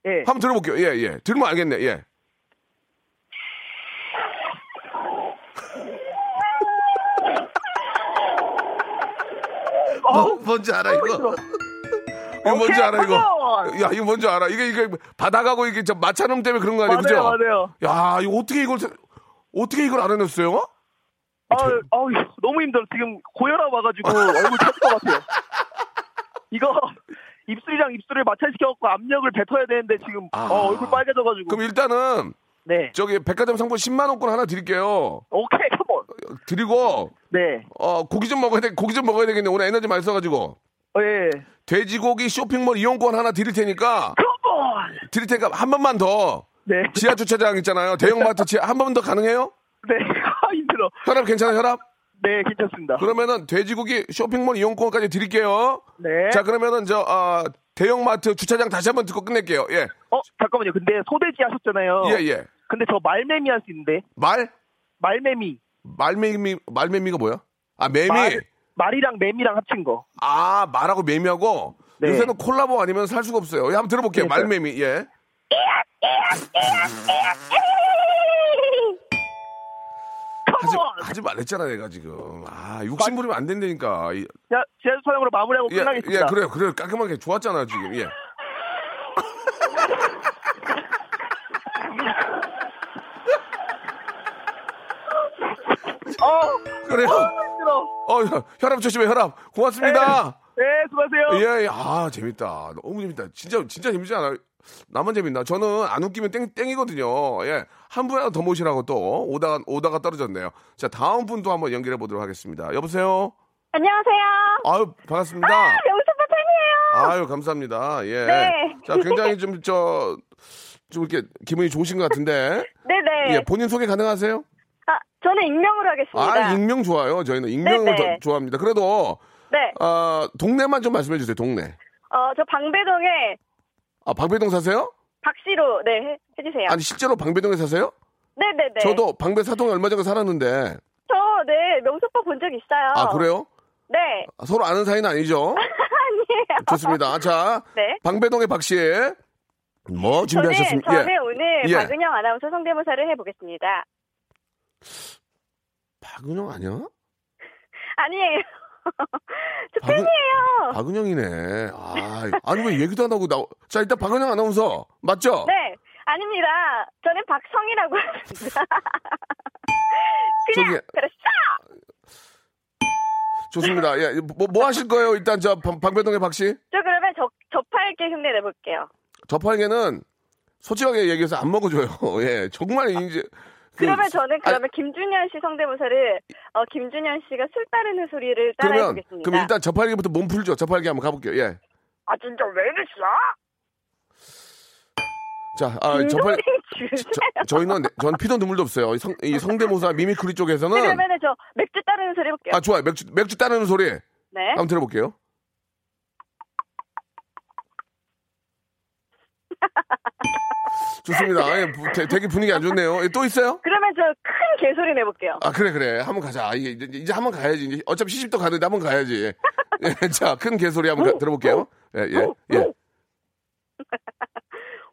S6: 예.
S3: 한번 들어볼게요. 예, 예. 들으면 알겠네. 예.
S6: 어?
S3: 뭐, 뭔지 알아 이거? 이거 뭔지 알아 이거? 야 이거 뭔지 알아? 이게 이게 바닥하고 이게 저 마찰음 때문에 네, 그런 거 아니에요?
S6: 맞아요,
S3: 그죠?
S6: 맞아요.
S3: 야 이거 어떻게 이걸 세- 어떻게 이걸 알아냈어요? 예,
S6: 아, 아우, 너무 힘들어. 지금 고혈압 와가지고 얼굴 터질 것 같아요. 이거 입술이랑 입술을 마찰시켜갖고 압력을 뱉어야 되는데 지금
S3: 아.
S6: 어, 얼굴 빨개져가지고.
S3: 그럼 일단은
S6: 네. 어?
S3: 저기 백화점 상품 10만 원권 하나 드릴게요.
S6: 오케이, 컴온.
S3: 드리고
S6: 네.
S3: 어 고기 좀 먹어야 돼 고기 좀 먹어야 되겠네 오늘 에너지 많이 써가지고.
S6: 어, 예.
S3: 돼지고기 쇼핑몰 이용권 하나 드릴 테니까
S6: 컴온!
S3: 드릴 테니까 한 번만 더
S6: 네.
S3: 지하 주차장 있잖아요 대형마트 지하 한 번 더 가능해요?
S6: 네. 아, 힘들어.
S3: 혈압 괜찮아 요 혈압?
S6: 네, 괜찮습니다.
S3: 그러면은 돼지고기 쇼핑몰 이용권까지 드릴게요.
S6: 네.
S3: 자 그러면은 저 아, 대형마트 주차장 다시 한 번 듣고 끝낼게요. 예,
S6: 어, 잠깐만요. 근데 소돼지 하셨잖아요.
S3: 예, 예.
S6: 근데 저 말매미 할 수 있는데.
S3: 말
S6: 말매미.
S3: 말매미 말매미가 뭐야? 아 매미.
S6: 말, 말이랑 매미랑 합친 거.
S3: 아 말하고 매미하고
S6: 네.
S3: 요새는 콜라보 아니면 살 수가 없어요. 예, 한번 들어볼게요.
S6: 그러니까요.
S3: 말매미 예. 하지,
S6: 컴온!
S3: 하지 말랬잖아 내가 지금 아 욕심 부리면 안 된다니까 이-
S6: 자, 지하 주차장으로 마무리하고
S3: 예,
S6: 어,
S3: 예,
S6: 끝나겠습니다.
S3: 그래요, 그래요. 깔끔하게 좋았잖아 지금. 예.
S6: 어,
S3: 그래요.
S6: 어, 힘들어.
S3: 어, 혀- 혈압 조심해, 혈압. 고맙습니다.
S6: 네, 수고하세요.
S3: 예, 예. 아, 재밌다. 너무 재밌다. 진짜, 진짜 재밌지 않아요? 나만 재밌나? 저는 안 웃기면 땡, 땡이거든요. 예. 한 분 하나 더 모시라고 또 오다가, 오다가 떨어졌네요. 자, 다음 분도 한번 연결해 보도록 하겠습니다. 여보세요?
S9: 안녕하세요.
S3: 아유, 반갑습니다.
S9: 명수 파탄이에요.
S3: 아유, 감사합니다. 예.
S9: 네.
S3: 자, 굉장히 좀, 저, 좀 이렇게 기분이 좋으신 것 같은데.
S9: 네네.
S3: 예, 본인 소개 가능하세요?
S9: 아, 저는 익명으로 하겠습니다.
S3: 아, 익명 좋아요. 저희는 익명을
S9: 네,
S3: 더
S9: 네.
S3: 좋아합니다. 그래도,
S9: 네.
S3: 아, 동네만 좀 말씀해 주세요, 동네.
S9: 어, 저 방배동에
S3: 아, 방배동 사세요?
S9: 박씨로, 네, 해- 해주세요.
S3: 아니, 실제로 방배동에 사세요?
S9: 네네네.
S3: 저도 방배 사동에 얼마 전에 살았는데.
S9: 저, 네, 명수 오빠 본 적 있어요.
S3: 아, 그래요?
S9: 네.
S3: 아, 서로 아는 사이는 아니죠?
S9: 아니에요.
S3: 좋습니다. 자,
S9: 네.
S3: 방배동의 박씨. 뭐
S9: 저는,
S3: 준비하셨습니까?
S9: 저는 오늘
S3: 예.
S9: 박은영 아나운서 성대모사를 해보겠습니다.
S3: 박은영 아니야?
S9: 아니에요. 저
S3: 박은-
S9: 팬이에요.
S3: 박은영이네. 아, 아니 왜 얘기도 안 하고 나. 자 일단 박은영 아나운서 맞죠?
S9: 네, 아닙니다. 저는 박성이라고 합니다. 그냥,
S3: 저기-
S9: 그랬어!
S3: 좋습니다. 예, 뭐, 뭐 하실 거예요? 일단 저 방- 방배동의 박씨
S9: 저 그러면 저, 저팔계 흉내 내볼게요.
S3: 저팔계는 솔직하게 얘기해서 안 먹어줘요. 예, 정말 이제. 그-
S9: 아, 그러면 저는
S3: 아,
S9: 그러면 김준현 씨 성대모사를 어 김준현 씨가 술 따르는 소리를
S3: 그러면
S9: 따라해보겠습니다.
S3: 그럼 일단 저팔계부터 몸 풀죠. 저팔계 한번 가볼게요. 예.
S9: 아 진짜 왜 이랬어?
S3: 자, 아, 저팔.
S9: 김종민 주세요.
S3: 저, 저희는 전 피도 눈물도 없어요. 이, 성, 이 성대모사 미미크리 쪽에서는
S9: 그러면은 저 맥주 따르는 소리 해볼게요.
S3: 아 좋아요. 맥주 맥주 따르는 소리
S9: 네.
S3: 한번 들어볼게요. 좋습니다. 예, 부- 되- 되게 분위기 안 좋네요. 예, 또 있어요?
S9: 그러면 저 큰 개소리 내볼게요.
S3: 아 그래 그래 한번 가자. 이게 이제, 이제 한번 가야지. 이제 어차피 시집도 가는데 한번 가야지. 예, 자큰 개소리 한번 가- 들어볼게요. 예 예 예.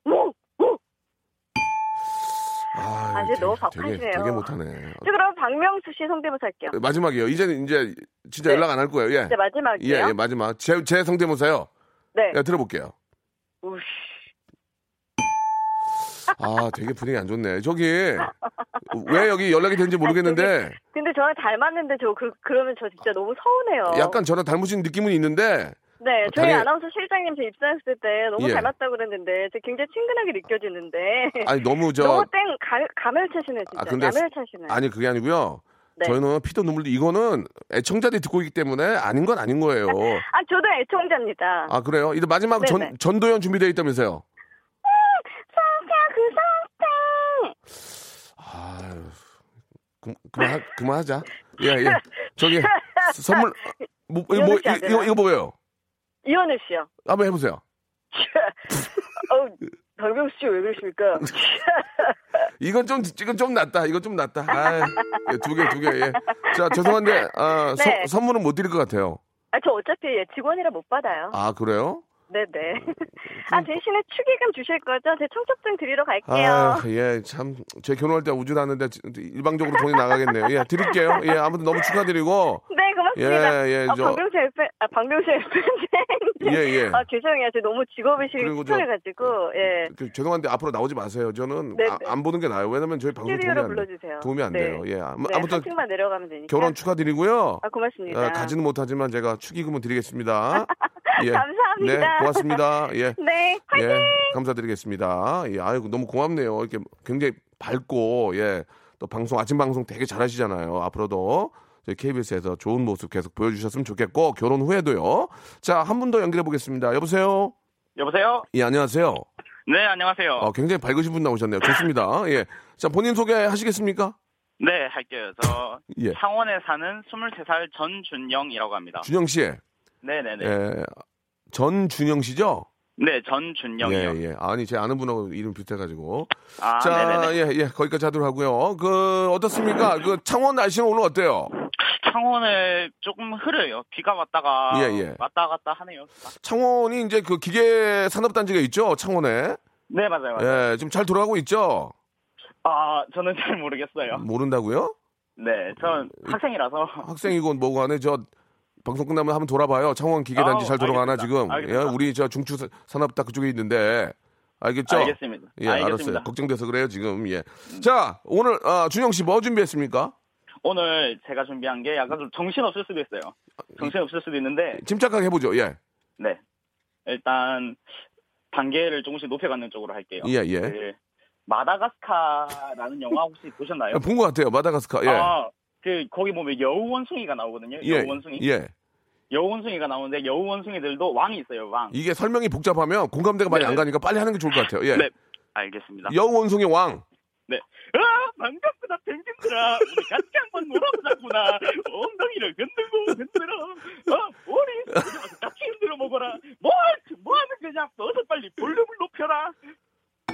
S9: 오, 오.
S3: 아,
S9: 아, 이제
S3: 되게-
S9: 너무
S3: 되게,
S9: 박하시네요.
S3: 되게 못하네. 어,
S9: 저 그럼 박명수 씨 성대모사
S3: 네.
S9: 할게요.
S3: 마지막이요. 이제는 이제 진짜
S9: 네.
S3: 연락 안 할 거예요. 예.
S9: 이제
S3: 예,
S9: 마지막이에요.
S3: 예, 마지막. 제, 제 성대모사요.
S9: 네.
S3: 예, 들어볼게요.
S9: 우씨.
S3: 아, 되게 분위기 안 좋네. 저기, 왜 여기 연락이 된지 모르겠는데,
S9: 근데 저랑 닮았는데 저 그, 그러면 저 진짜 너무 서운해요.
S3: 약간 저랑 닮으신 느낌은 있는데,
S9: 네, 저희
S3: 다리-
S9: 아나운서 실장님 제 입사했을 때 너무
S3: 예.
S9: 닮았다고 그랬는데 저 굉장히 친근하게 느껴지는데
S3: 아니, 너무
S9: 네.
S3: 저,
S9: 너무 땡 가, 가멸차시네 진짜
S3: 아, 근데
S9: 가멸차시네.
S3: 아니, 그게 아니고요.
S9: 네.
S3: 저희는 피도 눈물도, 이거는 애청자들이 듣고 있기 때문에 아닌 건 아닌 거예요.
S9: 아 저도 애청자입니다.
S3: 아, 그래요? 이제 마지막
S9: 네,
S3: 전,
S9: 네.
S3: 전도연 준비되어 있다면서요?
S9: 음, 성태 그 성태.
S3: 아유, 그, 그만,
S9: 네.
S3: 하- 그만하자. 예, 예. 저기, 선물, 뭐, 이거, 뭐,
S9: 이어놓지 않으나?
S3: 이거, 이거 뭐예요?
S9: 이현우 씨요.
S3: 한번 해보세요.
S9: 어우 박명수 씨 왜 그러십니까?
S3: 이건 좀 이건 좀 낫다. 이건 좀 낫다. 아, 예, 두 개, 두 개. 예. 자, 죄송한데 아, 서-
S9: 네.
S3: 선물은 못 드릴 것 같아요.
S9: 아 저 어차피 예, 직원이라 못 받아요.
S3: 아, 음, 그래요?
S9: 네네. 아 대신에 축의금 주실 거죠? 제 청첩장 드리러 갈게요.
S3: 아, 예, 참, 제 결혼할 때 우주라는데 일방적으로 돈이 나가겠네요. 예, 드릴게요. 예, 아무튼 너무 축하드리고.
S9: 네 고맙습니다.
S3: 예, 예,
S9: 아,
S3: 저-
S9: 박명수 FM 아 박명수 FM
S3: 예, 예.
S9: 아 죄송해요. 저 너무 직업이
S3: 그리고 저-
S9: 시청해가지고 예.
S3: 그, 죄송한데 앞으로 나오지 마세요. 저는
S9: 네,
S3: 아-
S9: 네.
S3: 안 보는 게 나아요. 왜냐면 저희 방송 도움이
S9: 스튜디오로
S3: 안, 돼요.
S9: 불러주세요.
S3: 도움이 안
S9: 네.
S3: 돼요. 예, 아무-
S9: 네,
S3: 아무튼
S9: 한 층만 내려가면 되니까.
S3: 결혼 축하드리고요.
S9: 아 고맙습니다.
S3: 아, 가지는 못하지만 제가 축의금은 드리겠습니다. 예.
S9: 감사합니다.
S3: 네, 고맙습니다. 예.
S9: 네. 화이팅!
S3: 예, 감사드리겠습니다. 예, 아이고 너무 고맙네요. 이렇게 굉장히 밝고 예, 또 방송 아침 방송 되게 잘하시잖아요. 앞으로도 저희 KBS에서 좋은 모습 계속 보여주셨으면 좋겠고 결혼 후에도요. 자, 한 분 더 연결해 보겠습니다. 여보세요.
S5: 여보세요?
S3: 예, 안녕하세요.
S5: 네, 안녕하세요.
S3: 아, 굉장히 밝으신 분 나오셨네요. 좋습니다. 예, 자 본인 소개하시겠습니까?
S5: 네, 할게요. 저
S3: 예,
S5: 창원에 사는 23살 전준영이라고 합니다.
S3: 준영 씨.
S5: 네네네.
S3: 예, 전준영 씨죠?
S5: 네, 전준영이요.
S3: 예, 예. 아니 제 아는 분하고 이름 비슷해가지고.
S5: 아,
S3: 자,
S5: 네네네.
S3: 예, 예. 거기까지 하도록 하고요. 그 어떻습니까? 그 창원 날씨는 오늘 어때요?
S5: 창원을 조금 흐려요. 비가 왔다가
S3: 예, 예.
S5: 왔다 갔다 하네요. 아,
S3: 창원이 이제 그 기계 산업 단지가 있죠 창원에
S5: 네, 맞아요. 맞아요.
S3: 예 지금 잘 돌아가고 있죠
S5: 아, 저는 잘 모르겠어요.
S3: 모른다고요
S5: 네, 전 학생이라서.
S3: 학생이고 뭐고 안에 저 방송 끝나면 한번 돌아봐요 창원 기계 단지
S5: 아우,
S3: 잘 돌아가나
S5: 알겠습니다.
S3: 지금
S5: 알겠습니다.
S3: 예 우리 저 중추 사- 산업다 그쪽에 있는데 알겠죠
S5: 알겠습니다.
S3: 예
S5: 알겠습니다.
S3: 알았어요 걱정돼서 그래요 지금 예자 오늘 아, 준영 씨 뭐 준비했습니까
S5: 오늘 제가 준비한 게 약간 좀 정신없을 수도 있어요. 정신없을 수도 있는데
S3: 침착하게 해보죠. 예.
S5: 네. 일단 단계를 조금씩 높여가는 쪽으로 할게요.
S3: 예, 예.
S5: 그 마다가스카라는 영화 혹시 보셨나요?
S3: 본 것 같아요. 마다가스카. 예.
S5: 아, 그 거기 보면 여우 원숭이가 나오거든요.
S3: 예.
S5: 여우 원숭이.
S3: 예.
S5: 여우 원숭이가 나오는데 여우 원숭이들도 왕이 있어요. 왕.
S3: 이게 설명이 복잡하면 공감대가 많이
S5: 네.
S3: 안 가니까 빨리 하는 게 좋을 것 같아요. 예.
S5: 네. 알겠습니다.
S3: 여우 원숭이 왕.
S5: 아, 반갑구나, 펭귄들아. 우리 같이 한번 놀아보자꾸나. 엉덩이를 흔들고 흔들어. 어, 우리 같이 흔들어 먹어라. 뭐, 할- 뭐 하는 거냐? 어서 빨리 볼륨을 높여라.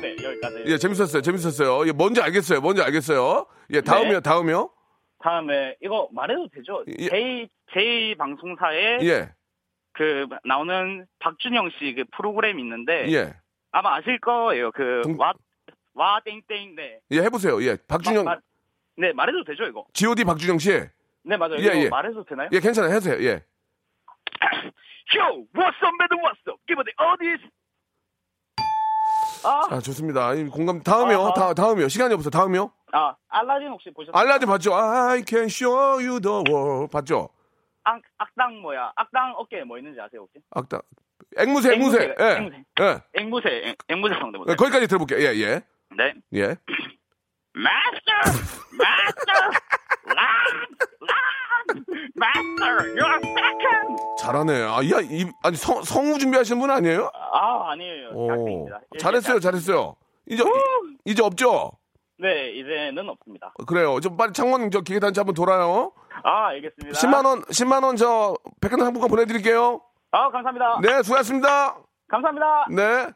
S5: 네, 여기까지.
S3: 예, 재밌었어요. 재밌었어요. 예, 뭔지 알겠어요. 뭔지 알겠어요. 예, 다음이요.
S5: 네.
S3: 다음이요.
S5: 다음에, 이거 말해도 되죠?
S3: 예.
S5: 제 J 방송사에
S3: 예.
S5: 그 나오는 박준영 씨 그 프로그램 있는데
S3: 예.
S5: 아마 아실 거예요. 그
S3: 동-
S5: 와, 와 땡땡 네.
S3: 예, 해 보세요. 예. 박준영
S5: 마- 마- 네, 말해도 되죠, 이거?
S3: GOD 박준영 씨.
S5: 네, 맞아요.
S3: 예,
S5: 이거
S3: 예.
S5: 말해도 되나요?
S3: 예, 괜찮아요. 해주세요. 예.
S5: Yo, what's up, man? What's up? Give me the audience. 아,
S3: 아, 좋습니다. 이 공감 다음이요.
S5: 아,
S3: 다, 다음이요. 시간이 없어. 다음이요.
S5: 아, 알라딘 혹시 보셨어요?
S3: 알라딘 봤죠? I can show you the world. 봤죠?
S5: 악, 악당 뭐야? 악당 어깨에 뭐 있는지 아세요 혹시?
S3: 악당. 앵무새, 앵무새.
S5: 앵무새,
S3: 예.
S5: 앵무새.
S3: 예.
S5: 앵무새, 앵, 앵무새
S3: 예,
S5: 성대모사. 뭐
S3: 거기까지 들어볼게요. 예, 예.
S5: 네.
S3: 예.
S5: Master, master, land, land, master, you're second.
S3: 잘하네. 아, 야, 이, 아니, 성, 성우 준비하시는 분 아니에요?
S5: 아, 아니에요.
S3: 오.
S5: 작입니다
S3: 잘했어요, 잘했어요. 이제, 이제 없죠?
S5: 네, 이제는 없습니다.
S3: 그래요. 좀 빨리 창원 저 기계단지 한번 돌아요.
S5: 아, 알겠습니다.
S3: 10만원, 10만원 저, 백화점 상품권 보내드릴게요.
S5: 아, 감사합니다.
S3: 네, 수고하셨습니다.
S5: 감사합니다.
S3: 네.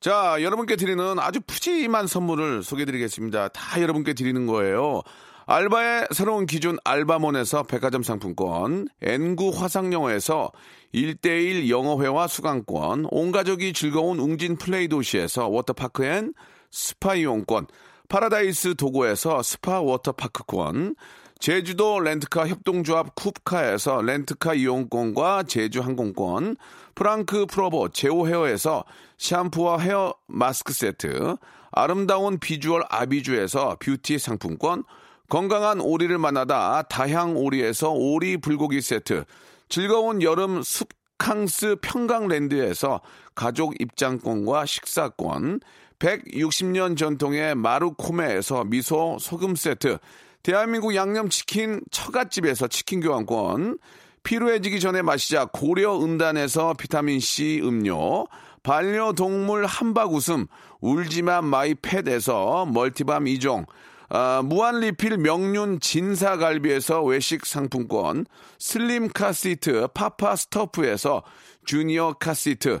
S3: 자, 여러분께 드리는 아주 푸짐한 선물을 소개해 드리겠습니다. 다 여러분께 드리는 거예요. 알바의 새로운 기준 알바몬에서 백화점 상품권, N구 화상영어에서 1대1 영어회화 수강권, 온가족이 즐거운 웅진 플레이 도시에서 워터파크 앤 스파 이용권, 파라다이스 도고에서 스파 워터파크권, 제주도 렌트카 협동조합 쿱카에서 렌트카 이용권과 제주 항공권, 프랑크 프로보 제오 헤어에서 샴푸와 헤어 마스크 세트, 아름다운 비주얼 아비주에서 뷰티 상품권, 건강한 오리를 만나다 다향 오리에서 오리 불고기 세트, 즐거운 여름 숲 캉스 평강랜드에서 가족 입장권과 식사권, 160년 전통의 마루코메에서 미소 소금 세트, 대한민국 양념치킨 처갓집에서 치킨 교환권, 피로해지기 전에 마시자 고려 음단에서 비타민C 음료, 반려동물 한박 웃음, 울지마 마이 팻에서 멀티밤 2종, 아, 무한리필 명륜 진사갈비에서 외식 상품권, 슬림 카시트 파파 스토프에서 주니어 카시트,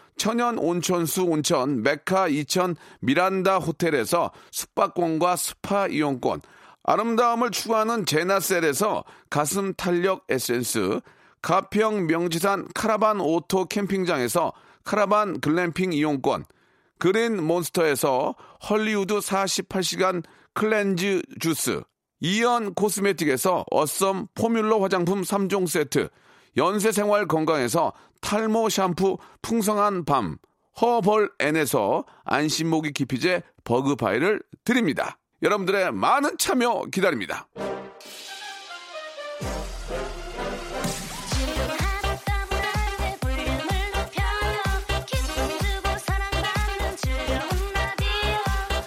S3: 천연 온천수 온천 메카 이천 미란다 호텔에서 숙박권과 스파 이용권, 아름다움을 추구하는 제나셀에서 가슴 탄력 에센스, 가평 명지산 카라반 오토 캠핑장에서 카라반 글램핑 이용권, 그린 몬스터에서 헐리우드 48시간 클렌즈 주스, 이연 코스메틱에서 어썸 포뮬러 화장품 3종 세트, 연세생활 건강에서 탈모 샴푸 풍성한 밤, 허벌앤에서 안심모기 기피제 버그파이를 드립니다. 여러분들의 많은 참여 기다립니다.
S4: 지루하고 따분할 때 볼륨을 높여요 기쁨 주고 사랑받는 즐거운 라디오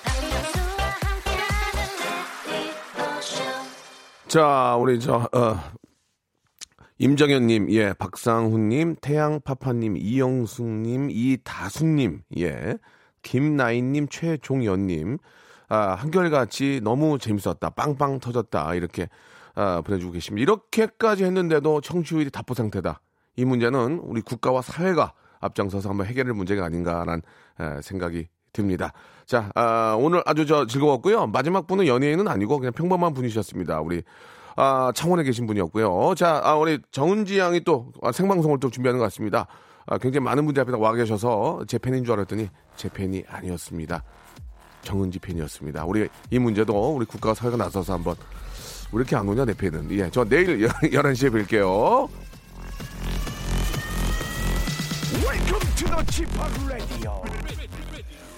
S4: 박명수와 함께하는 레디오쇼
S3: 자, 우리 저 어, 임정현님, 예, 박상훈님, 태양파파님, 이영숙님, 이다숙님, 예, 김나인님, 최종연님, 아, 한결같이 너무 재밌었다, 빵빵 터졌다 이렇게 아, 보내주고 계십니다. 이렇게까지 했는데도 청취율이 답보 상태다. 이 문제는 우리 국가와 사회가 앞장서서 한번 해결할 문제가 아닌가라는 에, 생각이 듭니다. 자, 아, 오늘 아주 저 즐거웠고요. 마지막 분은 연예인은 아니고 그냥 평범한 분이셨습니다. 우리 아, 창원에 계신 분이었고요. 자, 아, 우리 정은지 양이 또 아, 생방송을 또 준비하는 것 같습니다. 아, 굉장히 많은 분들 앞에 와 계셔서 제 팬인 줄 알았더니 제 팬이 아니었습니다. 정은지 팬이었습니다. 우리 이 문제도 우리 국가 사회가 나서서 한번 왜 이렇게 안 오냐 내 팬은. 예, 저 내일 11시에 뵐게요.
S1: Welcome to the Chipak Radio.